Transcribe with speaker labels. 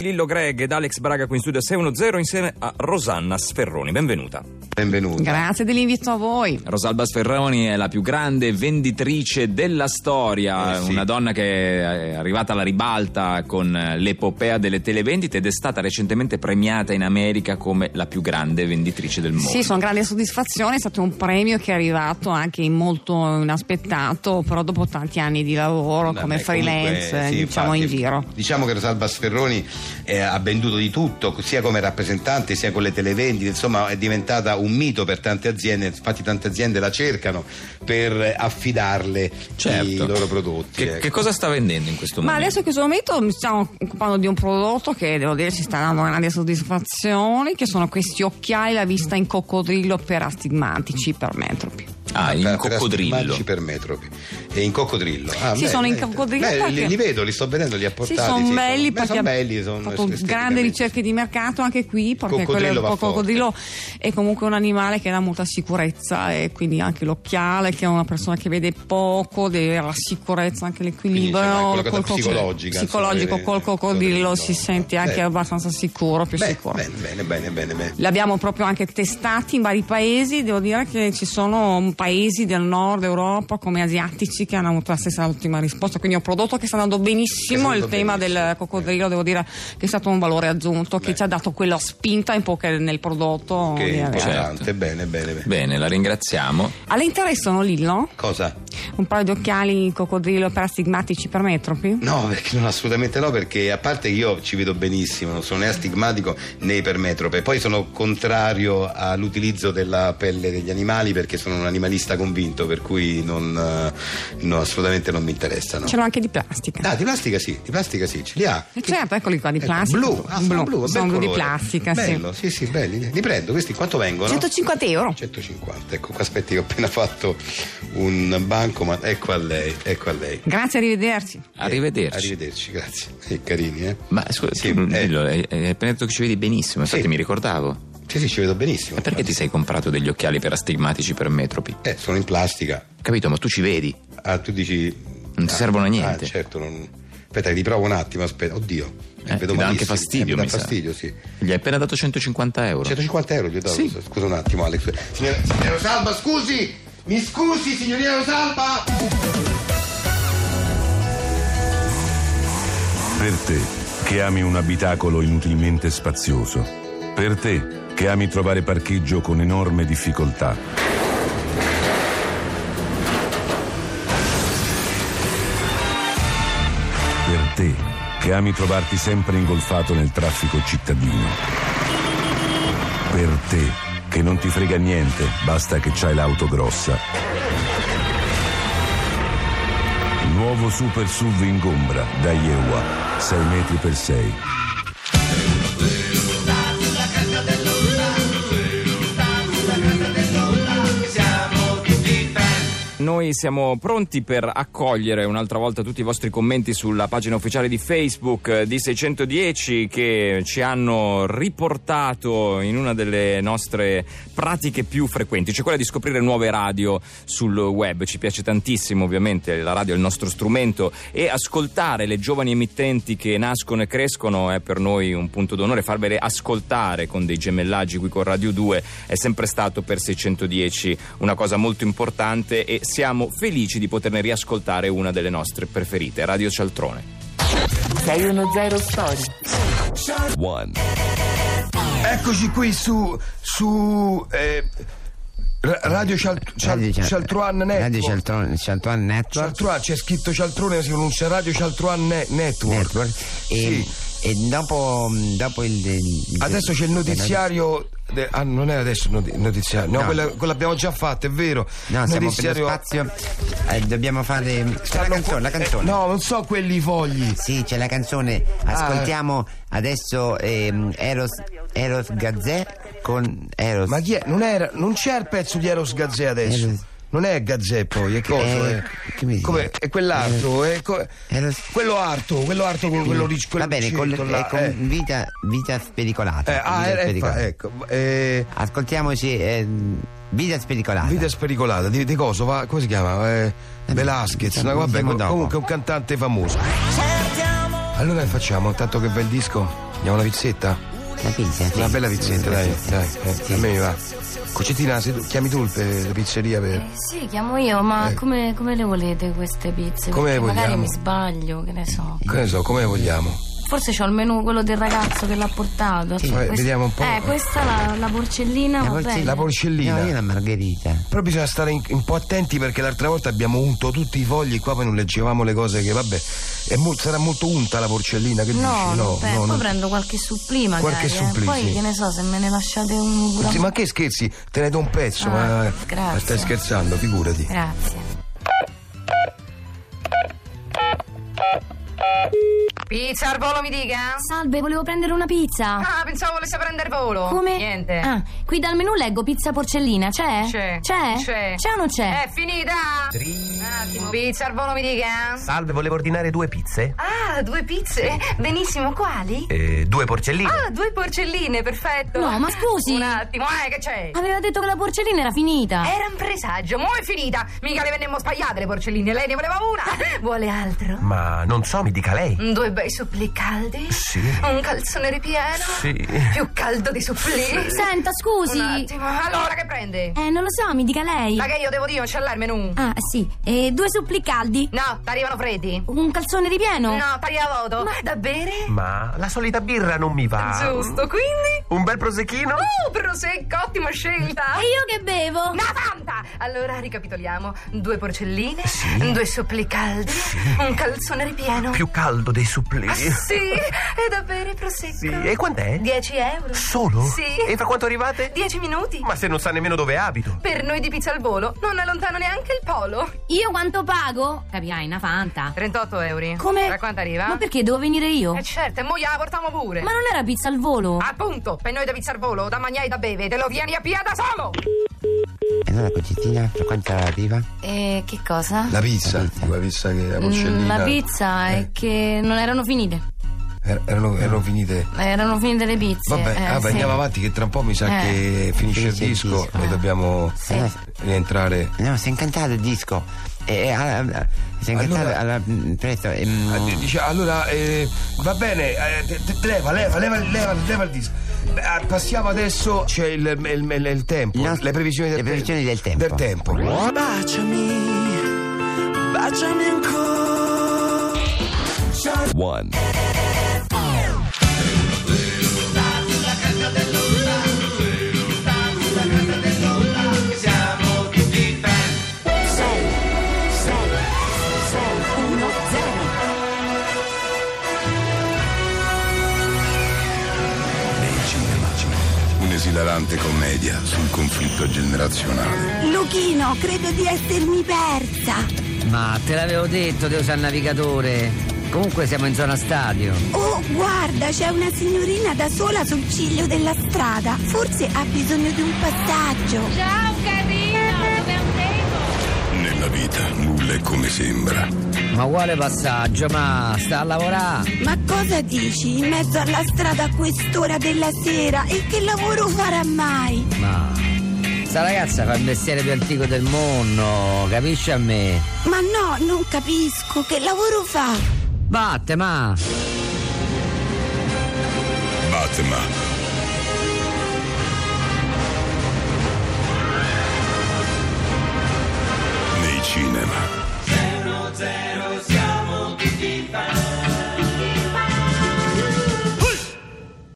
Speaker 1: Lillo Greg ed Alex Braga qui in studio a 610 insieme a Rosanna Sferroni. Benvenuta.
Speaker 2: Benvenuto.
Speaker 3: Grazie dell'invito a voi.
Speaker 4: Rosalba Sferroni è la più grande venditrice della storia,
Speaker 2: Eh, sì.
Speaker 4: una donna che è arrivata alla ribalta con l'epopea delle televendite ed è stata recentemente premiata in America come la più grande venditrice del mondo.
Speaker 3: Sì, sono grande soddisfazione, è stato un premio che è arrivato anche molto inaspettato, però dopo tanti anni di lavoro
Speaker 2: Vabbè,
Speaker 3: come freelance,
Speaker 2: comunque, sì,
Speaker 3: diciamo in
Speaker 2: infatti,
Speaker 3: giro.
Speaker 2: Diciamo che Rosalba Sferroni eh, ha venduto di tutto, sia come rappresentante sia con le televendite, insomma è diventata un mito per tante aziende, infatti tante aziende la cercano per affidarle i loro prodotti.
Speaker 4: Certo. Che,
Speaker 2: ecco.
Speaker 4: che cosa sta vendendo in questo
Speaker 3: Ma
Speaker 4: momento?
Speaker 3: adesso in questo momento mi stiamo occupando di un prodotto che devo dire ci sta dando grande soddisfazione, che sono questi occhiali a vista in coccodrillo per astigmatici, per metropi.
Speaker 4: Ah,
Speaker 2: Per-
Speaker 4: in
Speaker 2: per
Speaker 4: coccodrillo.
Speaker 2: astigmatici per metropi. E in coccodrillo. Ah,
Speaker 3: Sì,
Speaker 2: beh,
Speaker 3: sono in
Speaker 2: beh,
Speaker 3: coccodrillo
Speaker 2: beh, li,
Speaker 3: perché-
Speaker 2: li vedo, li sto vedendo, li ha portati.
Speaker 3: sì, sono belli,
Speaker 2: beh,
Speaker 3: perché
Speaker 2: son belli,
Speaker 3: abbiamo
Speaker 2: sono
Speaker 3: fatto grandi
Speaker 2: esteticamente.
Speaker 3: ricerche di mercato anche qui, perché
Speaker 2: coccodrillo
Speaker 3: quello
Speaker 2: va
Speaker 3: il coccodrillo è comunque un animale che dà molta sicurezza e quindi anche l'occhiale, che è una persona che vede poco, deve avere la sicurezza, anche l'equilibrio.
Speaker 2: Quindi, insomma, è qualcosa
Speaker 3: col-
Speaker 2: psicologica,
Speaker 3: psicologico,
Speaker 2: insomma,
Speaker 3: col coccodrillo si
Speaker 2: coccodrillo.
Speaker 3: sente anche
Speaker 2: eh. Beh.
Speaker 3: abbastanza sicuro, più
Speaker 2: Beh,
Speaker 3: sicuro.
Speaker 2: Bene, bene, bene, bene, bene.
Speaker 3: L'abbiamo proprio anche testati in vari paesi, devo dire che ci sono mm, paesi del nord Europa come asiatici che hanno avuto la stessa ottima risposta, quindi è un prodotto che sta andando benissimo,
Speaker 2: Che sta andando
Speaker 3: il tema
Speaker 2: benissimo,
Speaker 3: del coccodrillo devo dire che è stato un valore aggiunto che
Speaker 2: Beh.
Speaker 3: ci ha dato quella spinta in poche nel prodotto.
Speaker 2: Che cioè.
Speaker 3: di avere.
Speaker 2: importante,
Speaker 4: Certo.
Speaker 2: bene, bene, bene.
Speaker 4: Bene, la ringraziamo.
Speaker 2: Eh,
Speaker 3: All'interessano Lillo
Speaker 2: Cosa?
Speaker 3: un paio di occhiali in coccodrillo per astigmatici per metropi?
Speaker 2: No, perché non assolutamente no, perché a parte che io ci vedo benissimo, non sono né astigmatico né ipermetrope, poi sono contrario all'utilizzo della pelle degli animali perché sono un animalista convinto, per cui non, eh, no, assolutamente non mi interessano.
Speaker 3: Ce l'ho anche di plastica.
Speaker 2: Ah, di plastica sì, di plastica sì, ce li ha.
Speaker 3: E certo, eccoli qua di
Speaker 2: Ecco,
Speaker 3: plastica.
Speaker 2: Blu, ah, sono blu, un
Speaker 3: sono
Speaker 2: bel
Speaker 3: blu di
Speaker 2: colore.
Speaker 3: plastica, sì.
Speaker 2: Bello, sì, sì, belli. Li prendo, questi quanto vengono?
Speaker 3: 150 euro.
Speaker 2: 150, ecco qua aspetti che ho appena fatto un banco, ma ecco a lei, ecco a lei.
Speaker 3: Grazie, arrivederci.
Speaker 4: Arrivederci.
Speaker 2: Arrivederci, grazie. Sì, carini, eh.
Speaker 4: Ma scusa,
Speaker 2: Sì,
Speaker 4: tu,
Speaker 2: eh.
Speaker 4: Lillo, hai hai appena detto che ci vedi benissimo, infatti
Speaker 2: Sì.
Speaker 4: mi ricordavo.
Speaker 2: Sì, sì, ci vedo benissimo.
Speaker 4: Ma perché ti sei comprato degli occhiali per astigmatici per metropi?
Speaker 2: Eh, sono in plastica.
Speaker 4: Capito, ma tu ci vedi.
Speaker 2: Ah, tu dici.
Speaker 4: Non ti servono a niente.
Speaker 2: Ah, certo, non. Aspetta, li provo un attimo, aspetta. Oddio.
Speaker 4: Eh, ti dà anche
Speaker 2: malissimo.
Speaker 4: fastidio,
Speaker 2: Eh, mi
Speaker 4: mi
Speaker 2: dà
Speaker 4: sa.
Speaker 2: fastidio, sì.
Speaker 4: Gli hai appena dato 150 euro.
Speaker 2: 150 euro gli ho dato.
Speaker 4: Sì.
Speaker 2: Scusa un attimo, Alex. Signora, signora Rosalba, scusi! Mi scusi, signorina Rosalba!
Speaker 5: Per te, che ami un abitacolo inutilmente spazioso. Per te, che ami trovare parcheggio con enorme difficoltà. Per te, che ami trovarti sempre ingolfato nel traffico cittadino. Per te, che non ti frega niente, basta che c'hai l'auto grossa. Nuovo Super SUV Ingombra da Iewa, 6 metri per 6.
Speaker 1: Noi siamo pronti per accogliere un'altra volta tutti i vostri commenti sulla pagina ufficiale di Facebook eh, di 610 che ci hanno riportato in una delle nostre pratiche più frequenti, cioè quella di scoprire nuove radio sul web. Ci piace tantissimo ovviamente, la radio è il nostro strumento e ascoltare le giovani emittenti che nascono e crescono è per noi un punto d'onore, farvele ascoltare con dei gemellaggi qui con Radio 2 è sempre stato per 610 una cosa molto importante e siamo felici di poterne riascoltare una delle nostre preferite, Radio Cialtrone.
Speaker 6: 610 Story.
Speaker 7: Eccoci qui su. su. eh, ra- Radio Cialt- Cial-
Speaker 8: Radio Cial- eh,
Speaker 7: Cialtruan Network.
Speaker 8: Radio Cialtron, Cialtron Network.
Speaker 7: Cialtruan, c'è scritto Cialtrone, si pronuncia Radio Cialtruan Ne- Network.
Speaker 8: Network. E, e dopo, dopo il, il-
Speaker 7: Adesso c'è il notiziario. de- ah, non è adesso il noti- notiziario. No,
Speaker 8: No.
Speaker 7: quella, quello l'abbiamo già fatto, è vero.
Speaker 8: No, siamo per
Speaker 7: Notiziario-
Speaker 8: lo spazio. eh, dobbiamo fare. C'è la
Speaker 7: Stanno
Speaker 8: canzone, la
Speaker 7: qua-
Speaker 8: canzone.
Speaker 7: eh, no, Ah. non so quelli fogli.
Speaker 8: Sì, c'è la canzone. Ascoltiamo adesso ehm, Eros, Eros Gazzè con Eros.
Speaker 7: Ma chi è? Non, era, non c'è il pezzo di Eros Gazzè adesso.
Speaker 8: Eros-
Speaker 7: Non è Gazzè poi, è cosa?
Speaker 8: Eh,
Speaker 7: eh?
Speaker 8: che mi dici?
Speaker 7: Come, è quell'altro, eh, co-
Speaker 8: Eros-
Speaker 7: quello arto, quello arto con quello ric-
Speaker 8: Va
Speaker 7: quel
Speaker 8: bene, con,
Speaker 7: circo
Speaker 8: eh,
Speaker 7: là,
Speaker 8: con
Speaker 7: eh.
Speaker 8: vita, vita spericolata.
Speaker 7: Eh, ah,
Speaker 8: Vita
Speaker 7: eh,
Speaker 8: spericolata.
Speaker 7: fa- ecco. eh,
Speaker 8: Ascoltiamoci ehm, Vita spericolata.
Speaker 7: vita spericolata, di, di cosa? Va, come si chiama? Eh, Velasquez,
Speaker 8: diciamo-
Speaker 7: no, vabbè,
Speaker 8: diciamo
Speaker 7: com-
Speaker 8: dopo.
Speaker 7: comunque un cantante famoso.
Speaker 9: Certi
Speaker 7: Allora che facciamo, tanto che bel disco, andiamo una vizzetta?
Speaker 8: La pizza? sì.
Speaker 7: Una bella vizzetta, dai,
Speaker 8: Sì, sì,
Speaker 7: dai,
Speaker 8: sì,
Speaker 7: eh,
Speaker 8: sì.
Speaker 7: a me mi va. Concettina, se tu chiami tu il pe- la pizzeria per.
Speaker 9: Sì, chiamo io, ma
Speaker 7: Eh.
Speaker 9: come, come le volete queste pizze?
Speaker 7: Come
Speaker 9: Perché
Speaker 7: le
Speaker 9: Magari
Speaker 7: vogliamo?
Speaker 9: mi sbaglio, che ne so.
Speaker 7: Che ne so, come vogliamo?
Speaker 9: Forse c'ho il menù quello del ragazzo che l'ha portato.
Speaker 7: Sì,
Speaker 9: Questa-
Speaker 7: eh, vediamo un po'.
Speaker 9: Eh, questa la, la porcellina,
Speaker 8: La
Speaker 9: va
Speaker 8: porcellina.
Speaker 9: bene.
Speaker 7: La porcellina.
Speaker 8: No, io la margherita.
Speaker 7: Però bisogna stare in- un po' attenti perché l'altra volta abbiamo unto tutti i fogli qua, poi non leggevamo le cose che vabbè. è mo- sarà molto unta la porcellina, che
Speaker 9: No,
Speaker 7: dici?
Speaker 9: non penso.
Speaker 7: no.
Speaker 9: Poi prendo qualche supplì magari.
Speaker 7: Qualche
Speaker 9: eh.
Speaker 7: supplì,
Speaker 9: Poi
Speaker 7: sì.
Speaker 9: che ne so, se me ne lasciate un pure a
Speaker 7: Sì,
Speaker 9: me.
Speaker 7: ma che scherzi? Te ne do un pezzo,
Speaker 9: Ah,
Speaker 7: ma.
Speaker 9: grazie. Eh.
Speaker 7: ma stai scherzando, figurati.
Speaker 9: Grazie.
Speaker 10: Pizza al volo mi dica?
Speaker 9: Salve, volevo prendere una pizza.
Speaker 10: Ah, pensavo volesse prendere volo.
Speaker 9: Come?
Speaker 10: Niente.
Speaker 9: Ah, qui dal menù leggo pizza porcellina, c'è?
Speaker 10: C'è.
Speaker 9: C'è?
Speaker 10: C'è.
Speaker 9: o non c'è?
Speaker 10: È finita? Un attimo. Pizza al volo mi dica?
Speaker 11: Salve, volevo ordinare due pizze.
Speaker 10: Ah, due pizze. Benissimo, quali?
Speaker 11: Eh, due porcelline.
Speaker 10: Ah, due porcelline, perfetto.
Speaker 9: No, ma scusi.
Speaker 10: Un attimo, eh, che c'è?
Speaker 9: Aveva detto che la porcellina era finita.
Speaker 10: Era un presagio, mo' è finita. Mica le vennemmo spagliate le porcelline, lei ne voleva una. Vuole altro?
Speaker 11: Ma non so, mi dica lei.
Speaker 10: Due bei supplì caldi?
Speaker 11: Sì.
Speaker 10: Un calzone ripieno?
Speaker 11: Sì.
Speaker 10: Più caldo di supplì?
Speaker 9: Senta, scusi.
Speaker 10: Un attimo, allora che prende?
Speaker 9: Eh, non lo so, mi dica lei.
Speaker 10: La che io devo dire, non c'è là il menù.
Speaker 9: Ah, sì. E due suppli caldi.
Speaker 10: No, t'arrivano freddi?
Speaker 9: Un calzone ripieno.
Speaker 10: No, t'arriva voto. Ma da bere?
Speaker 11: Ma la solita birra non mi va.
Speaker 10: Giusto, quindi?
Speaker 11: Un bel prosecchino?
Speaker 10: Oh, prosecco, ottima scelta.
Speaker 9: E io che bevo?
Speaker 10: Una fanta! Allora ricapitoliamo: due porcelline, due suppli caldi, un calzone ripieno.
Speaker 11: Più caldo dei supplì.
Speaker 10: Ah, sì, e da bere prosecco.
Speaker 11: Sì, E quant'è?
Speaker 10: 10 euro.
Speaker 11: Solo?
Speaker 10: Sì.
Speaker 11: E fra quanto arrivate?
Speaker 10: 10 minuti.
Speaker 11: Ma se non sa nemmeno dove abito.
Speaker 10: Per noi di pizza al volo non è lontano neanche il polo.
Speaker 9: Io quanto pago? Capirai, una fanta.
Speaker 10: 38 euro.
Speaker 9: Come?
Speaker 10: Da quanto arriva?
Speaker 9: Ma perché devo venire io?
Speaker 10: Eh certo, e mo gliela portiamo pure.
Speaker 9: Ma non era pizza al volo?
Speaker 10: Appunto, per noi da pizza al volo, da mangiare e da beve, te lo vieni a pia da solo!
Speaker 8: E allora Concettina, per quanto arriva?
Speaker 9: Eh, che cosa?
Speaker 7: La pizza,
Speaker 8: La pizza.
Speaker 7: la pizza che la
Speaker 9: Mm,
Speaker 7: porcellina. Eh.
Speaker 9: La pizza è che non erano finite.
Speaker 7: Er- erano, erano finite.
Speaker 9: Erano finite le pizze.
Speaker 7: Vabbè,
Speaker 9: eh,
Speaker 7: ah, beh,
Speaker 9: sì.
Speaker 7: andiamo avanti che tra un po' mi sa
Speaker 9: Eh.
Speaker 7: che finisce il
Speaker 8: Finisce il
Speaker 7: disco
Speaker 8: disco.
Speaker 7: e dobbiamo
Speaker 9: Sì.
Speaker 8: Allora,
Speaker 7: rientrare.
Speaker 8: No, si è incantato il disco. Eh, eh, alla- si è incantato.
Speaker 7: Allora-
Speaker 8: alla- mm, presto. eh, mm,
Speaker 7: Ah, d- dice, allora, eh, va bene, eh, te- te- leva, leva, leva, leva, leva il disco. Beh, ah, Passiamo adesso, c'è il, il- il- il tempo,
Speaker 8: No,
Speaker 7: le previsioni del,
Speaker 8: le previsioni del tempo.
Speaker 7: Del tempo.
Speaker 5: Un'esilarante commedia sul conflitto generazionale.
Speaker 10: Luchino, credo di essermi persa!
Speaker 12: Ma te l'avevo detto di usare il navigatore. Comunque siamo in zona stadio.
Speaker 10: Oh, guarda, c'è una signorina da sola sul ciglio della strada. Forse ha bisogno di un passaggio.
Speaker 9: Ciao carina, dove andiamo?
Speaker 5: Nella vita nulla è come sembra.
Speaker 12: Ma quale passaggio? Ma sta a lavorare.
Speaker 10: Ma cosa dici in mezzo alla strada a quest'ora della sera? E che lavoro farà mai?
Speaker 12: Ma sta ragazza fa il mestiere più antico del mondo, capisci a me?
Speaker 10: Ma no, non capisco, che lavoro fa?
Speaker 12: Batte, ma.
Speaker 5: Batma. Nei cinema.